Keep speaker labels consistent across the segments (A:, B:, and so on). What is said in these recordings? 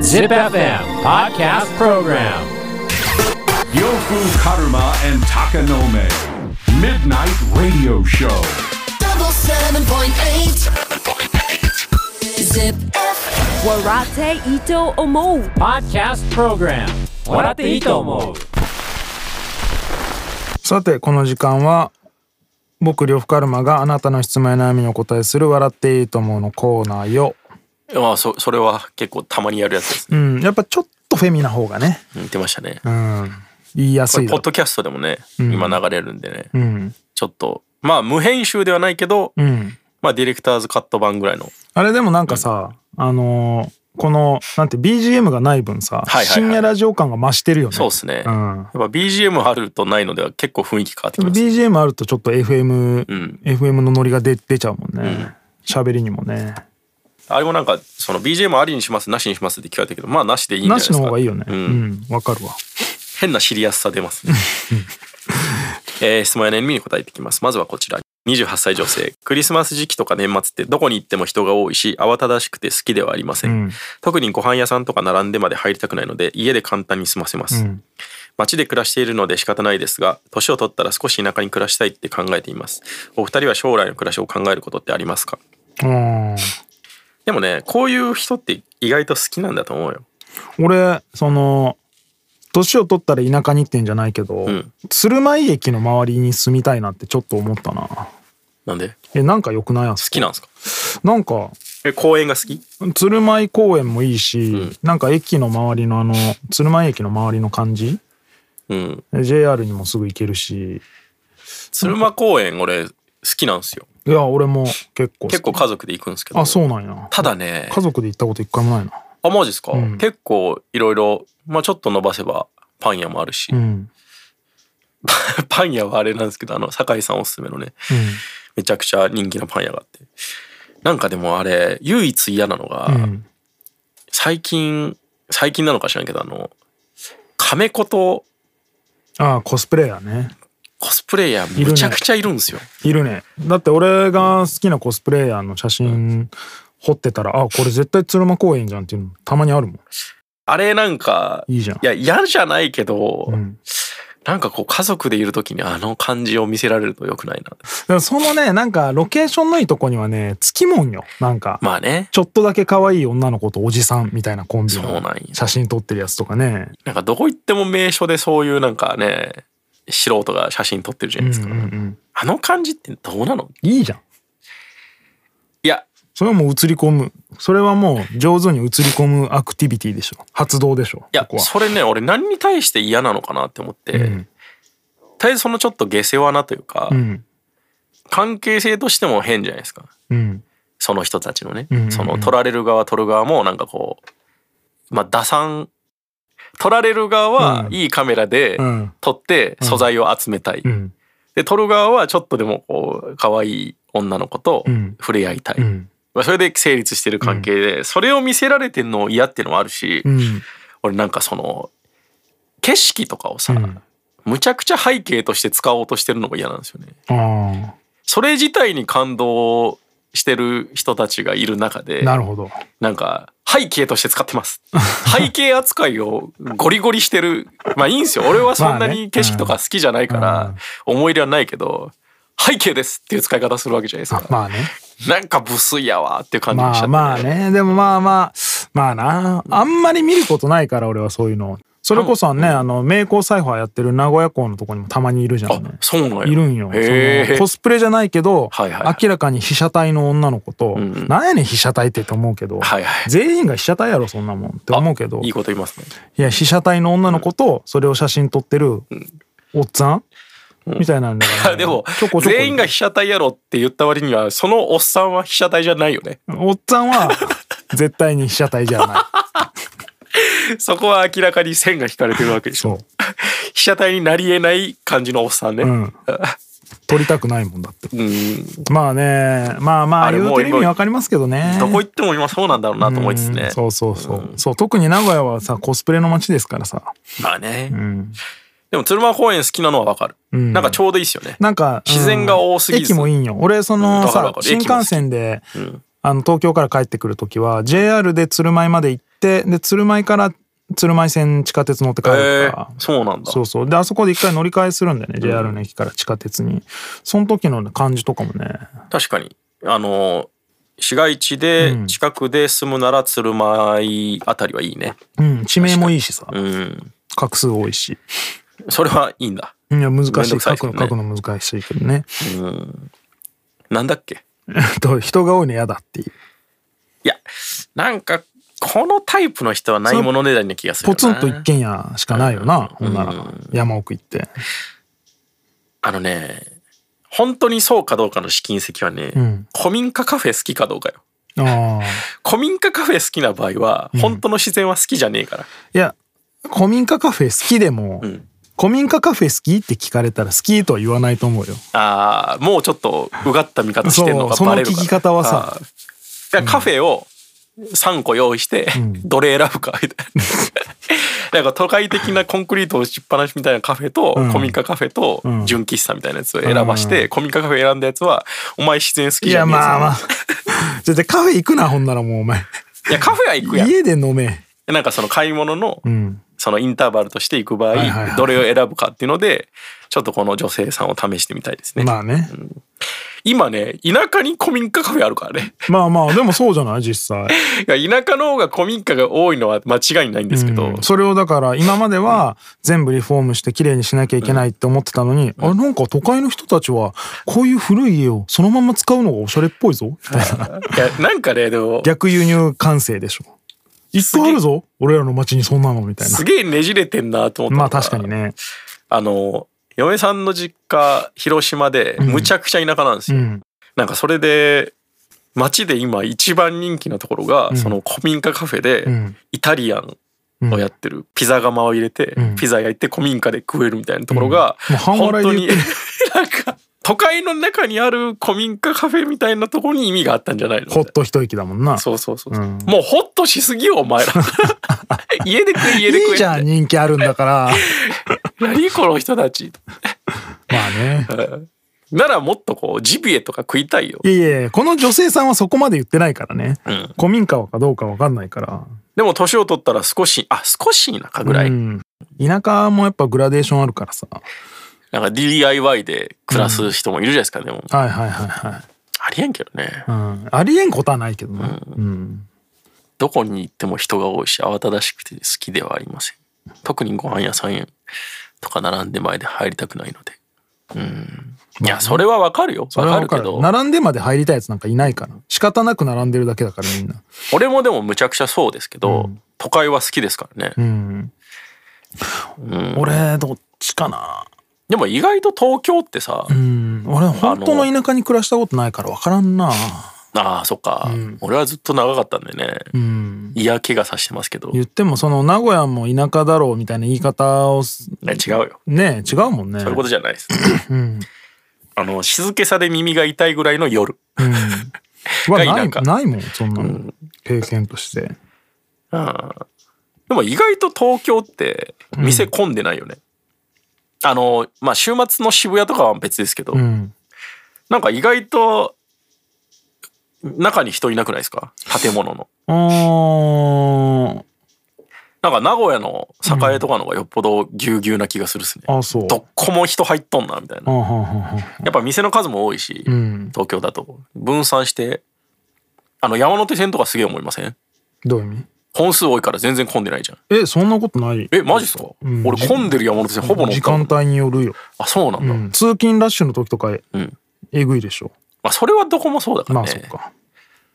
A: Zip FM Podcast Program
B: Yofu Karuma and Takanome. Midnight Radio Show.
C: double seven point eight. Zip.
D: Warate Ito Omo
A: Podcast Program 笑っていいと思う
E: さてこの時間は僕呂布カルマがあなたの質問や悩みにお答えする「笑っていいと思う」のコーナーよ、
F: ああそそれは結構たまにやるやつです
E: うん、
F: ね
E: やっぱちょっとフェミな方がね、
F: 言ってましたね
E: うん、言いや
F: こ
E: すい
F: れポッ
E: だ
F: ドキャストでもね今流れるんでね、
E: うん
F: ちょっとまあ無編集ではないけど、
E: うん
F: まあディレクターズカット版ぐらいの
E: あれでもなんかさ、あのーこのなんて BGM がない分さ、
F: はいはい
E: 深夜ラジオ感が増してるよね
F: そうですね、
E: う
F: やっ
E: ん
F: ぱ BGM あるとないのでは結構雰囲気変わってきます、
E: BGM あるとちょっと FM、
F: ん
E: FM のノリが出出ちゃうもんね喋、りにもね
F: あれもなんかその BGM ありにしますなしにしますって聞かれたけどまあなしでいいんじゃない
E: な
F: です
E: し
F: か
E: の方がいいよねう
F: うん
E: んわ、かるわ
F: 変な知りやすさ 出ますね、えー質問や悩みに答えていきますまずはこちら28歳女性クリスマス時期とか年末ってどこに行っても人が多いし慌ただしくて好きではありません、
E: うん
F: 特にご飯屋さんとか並んでまで入りたくないので家で簡単に済ませます、
E: うん
F: 街で暮らしているので仕方ないですが年を取ったら少し田舎に暮らしたいって考えていますお二人は将来の暮らしを考えることってありますか
E: うん
F: でもねこういう人って意外と好きなんだと思うよ
E: 俺その年を取ったら田舎にってんじゃないけど、
F: ん
E: 鶴舞駅の周りに住みたいなってちょっと思ったな
F: なんで好
E: えなんか良くないあ好
F: きなんですか
E: なんか
F: え公園が好き
E: 鶴舞公園もいいし、
F: ん
E: なんか駅の周りのあの鶴舞駅の周りの感じ
F: うん
E: え JR にもすぐ行けるし
F: 鶴間公園俺好きなんですよ
E: いや俺も結構好き
F: 結構家族で行くんですけど
E: あそうなんや
F: ただね
E: 家族で行ったこと一回もないな
F: あマジですか、
E: うん
F: 結構いろいろまあちょっと伸ばせばパン屋もあるし、
E: うん
F: パン屋はあれなんですけどあの酒井さんおすすめのねめちゃくちゃ人気のパン屋があってなんかでもあれ唯一嫌なのが、
E: うんうん
F: 最近最近なのか知らんけどあの亀子と
E: ああコスプレイヤーね
F: コスプレイヤーむちゃくちゃいるんですよ、
E: いるねだって俺が好きなコスプレイヤーの写真彫ってたら、あこれ絶対鶴間公園じゃんっていうのたまにあるもん
F: あれなんか
E: いいじゃん
F: いや嫌じゃないけど、
E: うん、
F: なんかこう家族でいる時にあの感じを見せられると良くないな
E: だからそのねなんかロケーションのいいとこにはねつきもんよなんか、
F: まあね
E: ちょっとだけ可愛い女の子とおじさんみたいなコンビ
F: そう
E: の
F: なんや
E: 写真撮ってるやつとかね
F: なんかどこ行っても名所でそういうなんかね素人が写真撮ってるじゃ
E: う
F: なんいうですか、
E: んうん
F: あの感じってどうなの
E: いいじゃん
F: いや
E: それはもう映り込むそれはもう上手に映り込むアクティビティでしょ発動でしょ
F: いや
E: ここは
F: それね俺何に対して嫌なのかなって思って、
E: うん
F: とりあえずそのちょっと下世話なというか、
E: うん
F: 関係性としても変じゃないですか
E: うん
F: その人たちのね、
E: うんうんうん
F: その取られる側取る側もなんかこうまあ打算取られる側は
E: うん
F: いいカメラで
E: うん
F: 撮って素材を集めたい、
E: うん
F: で撮る側はちょっとでもこう可愛い女の子と
E: うん
F: 触れ合いたい、
E: うん
F: まあ、それで成立してる関係で、それを見せられてんの嫌っていうのもあるし、
E: うん
F: 俺なんかその景色とかをさ、
E: うん
F: むちゃくちゃ背景として使おうとしてるのが嫌なんですよね。
E: あ
F: それ自体に感動してる人たちがいる中で
E: あなるほど
F: なんか背景として使ってます背景扱いをゴリゴリしてるまあいいんですよ俺はそんな
E: まあね
F: に景色とか好きじゃないか
E: う
F: ら
E: ん
F: 思い入れはないけど背景ですっていう使い方するわけじゃないです
E: あ
F: か、
E: まあね
F: なんか無粋やわっていう感じにしちゃっ
E: まあ
F: て、
E: まあねでもまあまあまあなあんまり見ることないから俺はそういうのそれこそねあの名工サイファーやってる名古屋港のとこにもたまにいるじゃんね
F: あそうなんや
E: いるんよ
F: へ
E: その
F: え
E: コスプレじゃないけど、
F: はいはいはい
E: 明らかに被写体の女の子と、
F: んうん
E: なんやねん被写体ってって思うけど、
F: はいはい
E: 全員が被写体やろそんなもんって思うけど
F: いいこと言いますね
E: いや被写体の女の子とそれを写真撮ってるおっさん、みたいなのがね、
F: でも
E: ちょこちょこ
F: 全員が被写体やろって言った割にはそのおっさんは被写体じゃないよね
E: おっさんは絶対に被写体じゃない
F: そこは明らかに線が引かれてるわけでしょ
E: そう
F: 被写体になり得ない感じのおっさんね、
E: うん、撮りたくないもんだって
F: うん
E: まあねまあまあ
F: あれ
E: 言
F: も
E: う
F: う
E: てる意味わかりますけどね
F: どこ行っても今そうなんだろうなと思いつつね
E: うんそうそうそう、そう特に名古屋はさコスプレの街ですからさ
F: まあね、
E: ん
F: でも鶴間公園好きなのはわかる、
E: ん
F: なんかちょうどいいですよね
E: なんか
F: 自然が多すぎず
E: うん駅もいいんよ俺その
F: うんわかる
E: さ
F: わかる
E: 新幹線であの東京から帰ってくる時は JR で鶴舞まで行ってで鶴舞から鶴舞線地下鉄乗って帰る
F: え
E: から
F: ー、、そうなんだ
E: そうそうであそこで一回乗り換えするんだよね JR の駅から地下鉄にその時の感じとかもね
F: 確かにあの市街地で近くで住むなら鶴舞あたりはいいね
E: うん地名もいいしさ
F: うん
E: 画数多いし
F: それはいいんだ
E: いや難
F: めん
E: し
F: ど
E: い
F: くさ
E: 書
F: いけ
E: くの
F: どね
E: 書くの難しいけどね
F: なんだっけ
E: と人が多いの嫌だっていう
F: いやなんかこのタイプの人はないものねだりな気がするよ
E: ポ
F: な
E: ツンと一軒家しかないよなほんなら山奥行って
F: あのね本当にそうかどうかの試金石はね、
E: ん
F: 古民家カフェ好きかどうかよ
E: ああ
F: 古民家カフェ好きな場合は、本当の自然は好きじゃねえから
E: いや古民家カフェ好きでも、
F: ん
E: 古民家カフェ好きって聞かれたら好きとは言わないと思うよ
F: あーもうちょっとうがった見方してんの が
E: そう
F: バレるから
E: その聞き方はさ
F: あーだからカフェを3個用意して、どれ選ぶかみたい ななんか都会的なコンクリート打ちっぱなしみたいなカフェと、
E: ん
F: 古民家カフェと、
E: ん
F: 純喫茶みたいなやつを選ばして、古民家カフェ選んだやつはお前自然好き
E: い
F: じゃ
E: や
F: ねえぞ
E: まあまあじゃあカフェ行くなほんならもうお前
F: いやカフェは行くやん
E: 家で飲め
F: なんかその買い物の、
E: ん
F: そのインターバルとして行く場合、
E: はいはいはい
F: どれを選ぶかっていうのでちょっとこの女性さんを試してみたいですね、
E: まあね
F: 今ね田舎に古民家カフェあるからね
E: まあまあでもそうじゃない実際
F: いや田舎の方が古民家が多いのは間違いないんですけど、
E: うんそれをだから今までは全部リフォームして綺麗にしなきゃいけないって思ってたのに、あなんか都会の人たちはこういう古い家をそのまま使うのがおしゃれっぽいぞみたいない
F: やなんかねでも
E: 逆輸入感性でしょいっぱいあるぞ俺らの街にそんなのみたいな
F: すげえねじれてんなと思った
E: ま
F: の
E: あ
F: が
E: 確かにね
F: あの嫁さんの実家広島でむちゃくちゃ田舎なんです
E: う
F: よ、
E: ん
F: なんかそれで街で今一番人気なところが、その古民家カフェ
E: う
F: で
E: ん
F: イタリアンをやってるピザ窯を入れて、
E: ん
F: ピザ焼いて古民家で食えるみたいなところが、
E: うんもう半
F: 本
E: 笑い
F: 当
E: で
F: に
E: 言
F: なんか都会の中にある古民家カフェみたいなところに意味があったんじゃないの
E: ほっと一息だもんな
F: そうそうそうそう。
E: うん
F: もうホッとしすぎよ、お 前ら。家で食え、家で食えって。
E: いいじゃん人気あるんだから
F: 何この人たち。
E: まあね
F: ならもっとこう、ジビエとか食いたいよ
E: い。やいやいやこの女性さんはそこまで言ってないからね、
F: ん
E: 古民家はかどうかわかんないから
F: でも年を取ったら少し、あ、少し田舎ぐらい。
E: うん、田舎もやっぱグラデーションあるからさ
F: なんか DIY で暮らす人もいるじゃないですか、でも。
E: はいはいはいはい、
F: ありえんけどね。
E: うん、ありえんことはないけどね、
F: どこに行っても人が多いし、慌ただしくて好きではありません。特にご飯屋さんとか並んで前で入りたくないので。うん。いや、それはわかるよ。
E: それ
F: わ
E: は
F: か
E: わか
F: るけ
E: る
F: ど。
E: 並んでまで入りたいやつなんかいないから仕方なく並んでるだけだからみんな
F: 俺もでもむちゃくちゃそうですけど、都会は好きですからね、
E: うん、俺どっちかな
F: でも意外と東京ってさ、
E: うん俺本当の田舎に暮らしたことないから分からんな
F: ああそっか、俺はずっと長かったんでね、
E: うん
F: 嫌気がさしてますけど、
E: 言ってもその名古屋も田舎だろうみたいな言い方をす
F: ね違うよ
E: ね違うもんね
F: そういうことじゃないです、あの静けさで耳が痛いぐらいの夜
E: は
F: が
E: ない
F: 田舎
E: ないもんそんなの、経験として
F: でも意外と東京って店混んでないよね、あのまあ週末の渋谷とかは別ですけど、
E: うん
F: なんか意外と中に人いなくないですか建物の
E: あー
F: なんか名古屋の栄とかの方がよっぽどぎゅうぎゅうな気がするっすね。
E: あそう
F: どっこも人入っとんなみたい
E: あ
F: な。
E: はんはんはん
F: やっぱ店の数も多いし、
E: うん
F: 東京だと分散して、あの山手線とかすげえ思いません
E: どういう意味
F: 本数多いから全然混んでないじゃん。
E: えそんなことない
F: え、マジっすか、
E: ん
F: 俺混んでる山手線ほぼ乗った
E: 時間帯によるよ、
F: あ、そうなんだ。
E: うん通勤ラッシュの時とかえ,、
F: ん
E: ぐいでしょ
F: まあそれはどこもそうだから
E: まあ
F: ね。
E: そっか、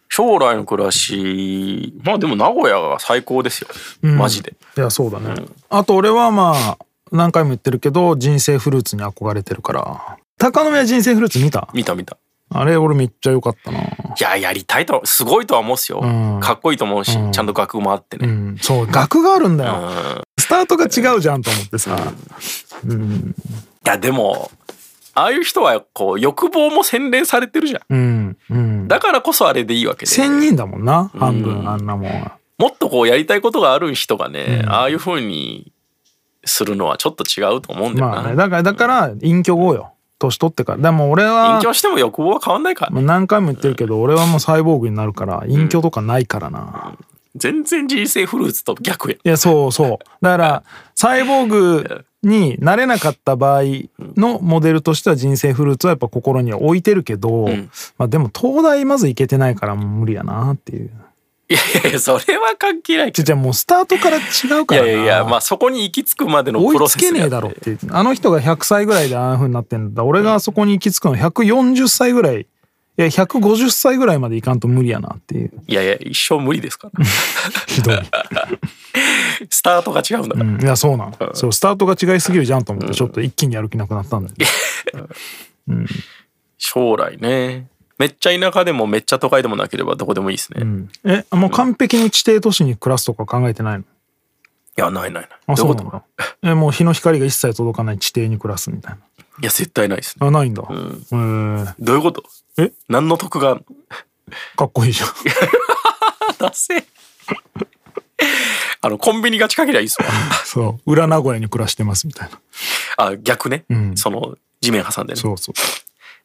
F: 将来の暮らし、まあでも名古屋が最高ですよ。
E: うん
F: マジで。
E: いやそうだね、あと俺はまあ何回も言ってるけど人生フルーツに憧れてるから高宮人生フルーツ見た
F: 見た見た。
E: あれ俺めっちゃ良かったない
F: や、やりたいと、すごいとは思うっすよ。
E: うん
F: かっこいいと思うし、ちゃんと学もあって
E: う
F: ね。
E: んそう額があるんだよ、
F: うん
E: スタートが違うじゃんと思ってさ、
F: いやでもああいう人はこう欲望も洗練されてるじゃん
E: うんうん、
F: だからこそあれでいいわけで
E: 1000人だもんな半分あんなもんは
F: もっとこうやりたいことがある人がね、ああいうふうにするのはちょっと違うと思うんだよな、
E: まあねだからだから隠居後よ年取ってからでも俺は
F: 隠居しても欲望は変わんないからね
E: もう何回も言ってるけど俺はもうサイボーグになるから隠居とかないからな、
F: 全然人生フルーツと逆や
E: いやそうそうだからサイボーグになれなかった場合のモデルとしては人生フルーツはやっぱ心には置いてるけど、まあ、でも東大まず行けてないからもう無理やなっていう
F: いやいやいやそれは関係ないけ
E: ちょ
F: ど
E: じゃあもうスタートから違う
F: い
E: から
F: や
E: ない
F: やいやまあそこに行き着くまでのプ
E: 追
F: ロ
E: い
F: セ
E: つ
F: スが
E: けねえだろっていうあの人が100歳ぐらいでああいうふうになってんだ俺があそこに行き着くの140歳ぐらいいや150歳ぐらいまでいかんと無理やなっていう
F: いやいや一生無理ですから
E: ひどい、
F: スタートが違うんだから、
E: うん、いやそうなのそうスタートが違いすぎるじゃんと思ってちょっと一気にやる気なくなったんだけど
F: 将来ねめっちゃ田舎でもめっちゃ都会でもなければどこでもいいですね、い
E: えもう完璧に地底都市に暮らすとか考えてないの
F: やないないな
E: あ
F: いど
E: そう
F: いうう
E: な
F: こと
E: のえもう日の光が一切届かない地底に暮らすみたい
F: いや絶対ないですね
E: なあないんだ、へえ
F: どういうこと
E: え
F: 何の得があ んの
E: かっこいいじゃん
F: ダセえあのコンビニが近けりゃいい っすわ
E: そう裏名古屋に暮らしてますみたいな
F: あ逆ね、
E: ん
F: その地面挟んでね
E: そうそう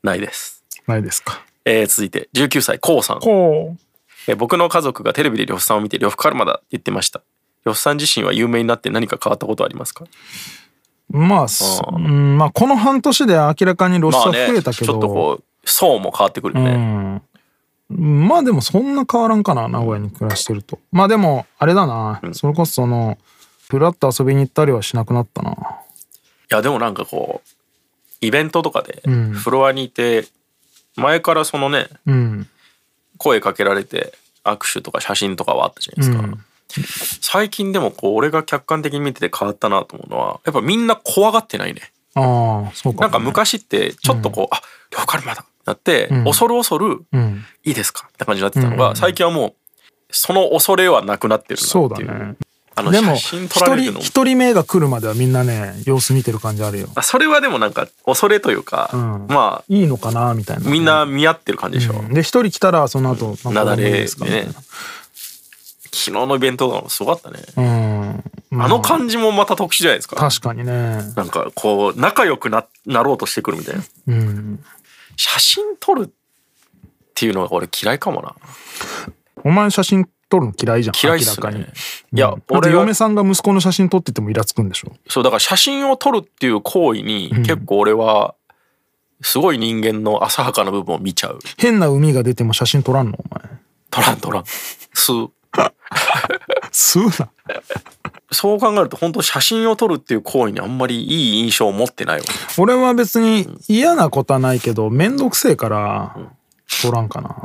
F: ないです、
E: ないですか
F: えー続いて19歳こうさん、
E: こう
F: えー僕の家族がテレビで呂布さんを見て呂布カルマだって言ってました呂布さん自身は有名になって何か変わったことありますか
E: まあ、すうん、まあこの半年で明らかに露出
F: まあ
E: は
F: ね
E: 増え
F: ちょ
E: た
F: っ
E: けど、
F: とこう層も変わってくるね、
E: うん、まあでもそんな変わらんかな名古屋に暮らしてるとまあでもあれだな、それこそそのふらっと遊びに行ったりはしなくなったない
F: やでもなんかこうイベントとかでフロアにいて、前からそのね
E: うん
F: 声かけられて握手とか写真とかはあったじゃないですか、最近でもこう俺が客観的に見てて変わったなと思うのはやっぱみんな怖がってないね
E: ああそうかもね、
F: なんか昔ってちょっとこう、あ呂布カルマだなって、恐る恐る、
E: ん
F: いいですかって感じになってたのが、最近はもうその恐れはなくなってる
E: そ
F: な
E: う
F: っ
E: だ
F: ていう
E: ね
F: あの
E: でも
F: 写
E: 一
F: 真撮られ
E: 人
F: るのも
E: 一人目が来るまではみんなね様子見てる感じあるよ
F: あそれはでもなんか恐れというか、
E: ん
F: まあ
E: いいのかなみたいな
F: みんな見合ってる感じでしょ、
E: うんで一人来たらその後
F: 雪
E: なんか
F: 崩
E: いい
F: でね
E: ですかみたいな
F: 昨日のイベントとかもすごかったね、
E: うんま
F: あの感じもまた特殊じゃないですか
E: 確かにね
F: なんかこう仲良くななろうとしてくるみたいな
E: うん
F: 写真撮るっていうのが俺嫌いかもな
E: お前写真撮るの嫌いじゃん
F: 嫌いっす
E: 明らかに
F: ねいや、
E: 俺
F: 俺は
E: 嫁さんが息子の写真撮っててもイラつくんでしょ
F: そうだから写真を撮るっていう行為に結構俺はすごい人間の浅はかな部分を見ちゃう
E: 変な海が出ても写真撮らんのお前
F: 撮らん撮らんす
E: 吸うな
F: そう考えると本当写真を撮るっていう行為にあんまりいい印象を持ってないわ
E: 俺は別に嫌なことはないけど面倒くせえから撮らんかな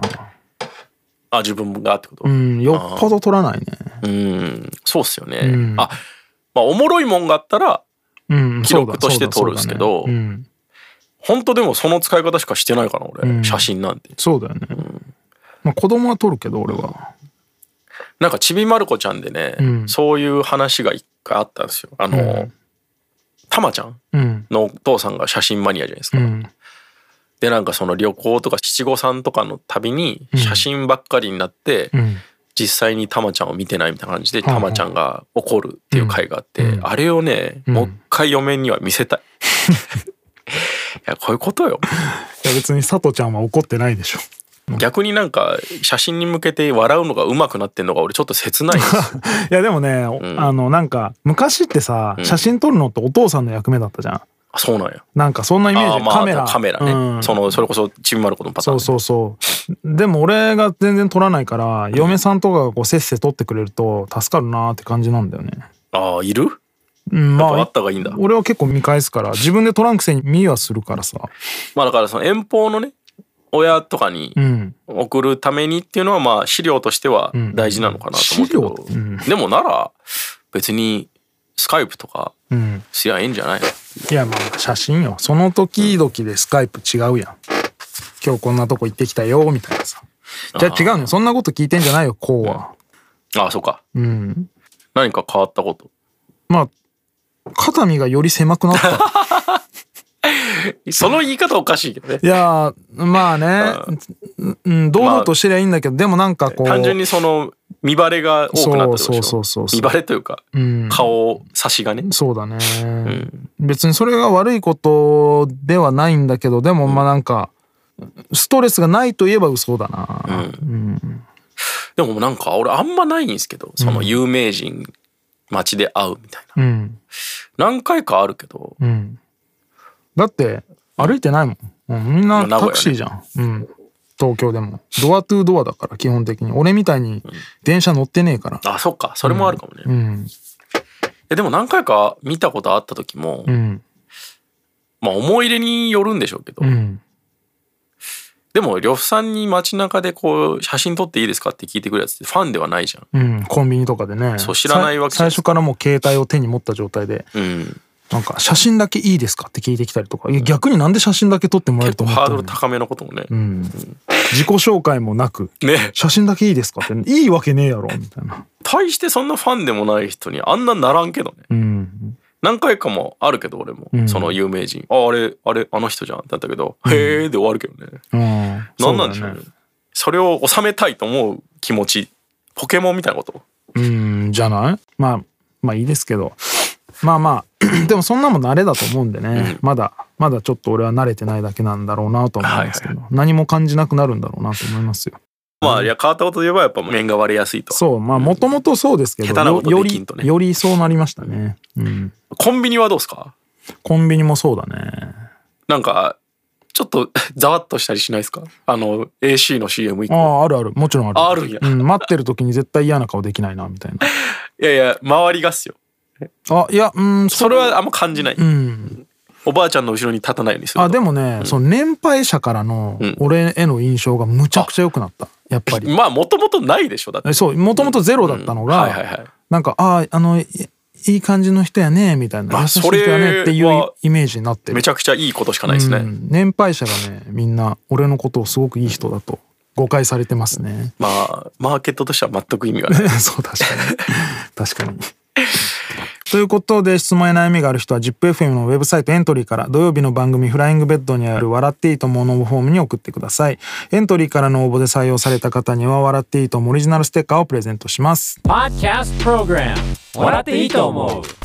F: あ自分がってこと
E: う
F: うん
E: よっぽど撮らないね
F: んそうっすよね、
E: ん
F: あまあおもろいもんがあったら
E: うん
F: 記録として撮るんですけど
E: そうだね
F: 本当でもその使い方しかしてないかな俺、写真なんて
E: そうだよねまあ子供は撮るけど俺は
F: なんかちびまる子ちゃんでね、
E: ん
F: そういう話が一回あったんですよあの、たまちゃん
E: うん
F: のお父さんが写真マニアじゃないですか、
E: うん
F: でなんかその旅行とか七五三とかの旅に写真ばっかりになって、
E: うん
F: 実際にたまちゃんを見てないみたいな感じでたまちゃんが怒るっていう回があって、あれをね、もう一回嫁には見 せたい。いやこういうことよ
E: いや別に佐藤ちゃんは怒ってないでしょ
F: 逆になんか写真に向けて笑うのが上手くなってんのが俺ちょっと切ないです
E: いやでもね、おあのなんか昔ってさ写真撮るのってお父さんの役目だったじゃん
F: あそうなんや
E: なんかそんなイメー
F: あー
E: ジ
F: まあ
E: カメラ
F: カメラね、
E: うん
F: そのそれこそちびまる子のパタ
E: そ
F: ーン
E: う
F: ね、
E: そうそうでも俺が全然撮らないから嫁さんとかがこうせっせ撮ってくれると助かるなーって感じなんだよね
F: ああいる
E: うん
F: やっ
E: ま
F: ぱあ
E: あ
F: った方がいいんだ
E: 俺は結構見返すから自分で撮らんくせに見はするからさ
F: まあだからその遠方のね親とかに
E: うん
F: 送るためにっていうのはまあ資料としては大事なのかなと思うけ
E: うん
F: ど
E: 資、料うん
F: でもなら別にスカイプとか
E: うん
F: すりゃええんじゃない
E: いやまあ写真よその時々でスカイプ違うやん今日こんなとこ行ってきたよみたいなさじゃあ違うねそんなこと聞いてんじゃないよこうは
F: ああそうか
E: うん
F: 何か変わったこと
E: まあ肩身がより狭くなった
F: その言い方おかしいけどね
E: い。やーまあね、うん、堂々としてりゃいいんだけどでもなんかこう
F: 単純にその見バレが多くなったでしょ
E: そうそうそうそう
F: 見バレというか、
E: ん
F: 顔差しがね
E: そうだね、別にそれが悪いことではないんだけどでもまあなんかストレスがないといえば嘘だな、
F: でもなんか俺あんまないんですけどその有名人街で会うみたいな、
E: うん
F: 何回かあるけど、
E: うん、だって歩いてないもんもうみんな
F: まあ名古屋ね
E: タクシーじゃん、うん、東京でもドアトゥードアだから基本的に俺みたいに電車乗ってねえから
F: あそっかそれもあるかもね、
E: うん
F: えでも何回か見たことあった時も、
E: うん
F: まあ思い入れによるんでしょうけど、
E: うん
F: でも呂布さんに街中でこう写真撮っていいですかって聞いてくるやつってファンではないじゃん
E: うん、コンビニとかでね
F: そう知らないわけじゃ
E: さ
F: ない
E: い最初からもう携帯を手に持った状態で
F: うん
E: なんか写真だけいいですかって聞いてきたりとかいや逆になんで写真だけ撮ってもらえる
F: 結
E: と
F: 構
E: 思った
F: ハー
E: の
F: ドル高めのこともね、
E: うん、自己紹介もなく
F: ね
E: 写真だけいいですかっていいわけねえやろみたいな
F: 対してそんなファンでもない人にあんなならんけどね
E: うん
F: 何回かもあるけど俺も、
E: ん
F: その有名人ああれあれあの人じゃんってなったけど、へえで終わるけどね
E: うん
F: 何なんでしょう
E: そ
F: ね
E: だ
F: それを収めたいと思う気持ちポケモンみたいなこと
E: うんじゃないまあまあいいですけどまあまあ でもそんなもん慣れだと思うんでね、まだまだちょっと俺は慣れてないだけなんだろうなと思うんですけど、何も感じなくなるんだろうなと思いますよ
F: まあいや変わったこと言えばやっぱ面が割れやすいと
E: そうまあもともとそうですけど、
F: 下手なこと
E: よよ
F: でき
E: り
F: んとね
E: よりそうなりましたね、うん、
F: コンビニはどうですか
E: コンビニもそうだね
F: なんかちょっと ざわっとしたりしないですかあの AC の CM 以
E: あ
F: 降
E: ああるあるもちろんある
F: ああるんや
E: うん、待ってる時に絶対嫌な顔できないなみたいない
F: やいや周りがっすよ
E: あいやうんそ
F: それはあんま感じない、
E: うん
F: おばあちゃんの後ろに立たないようにする
E: あでもね、その年配者からの
F: うん
E: 俺への印象がむちゃくちゃ良くなったやっぱり
F: まあもともとないでしょだって
E: えそうもともとゼロだったのが、
F: うんはいはいはい
E: なんかああのいいい感じの人やねみたいな
F: あ
E: 優しい人や
F: それ
E: ね
F: は
E: っていうイメージになってる
F: めちゃくちゃいいことしかないですね、
E: うん年配者がねみんな俺のことをすごくいい人だと誤解されてますね
F: まあマーケットとしては全く意味がない
E: そう確かに確かにということで質問や悩みがある人は ZIPFM のウェブサイトエントリーから土曜日の番組「フライングベッド」にある「笑っていいと思う」のフォームに送ってくださいエントリーからの応募で採用された方には「笑っていいと思う」オリジナルステッカーをプレゼントします
A: Podcast Program 笑っていいと思う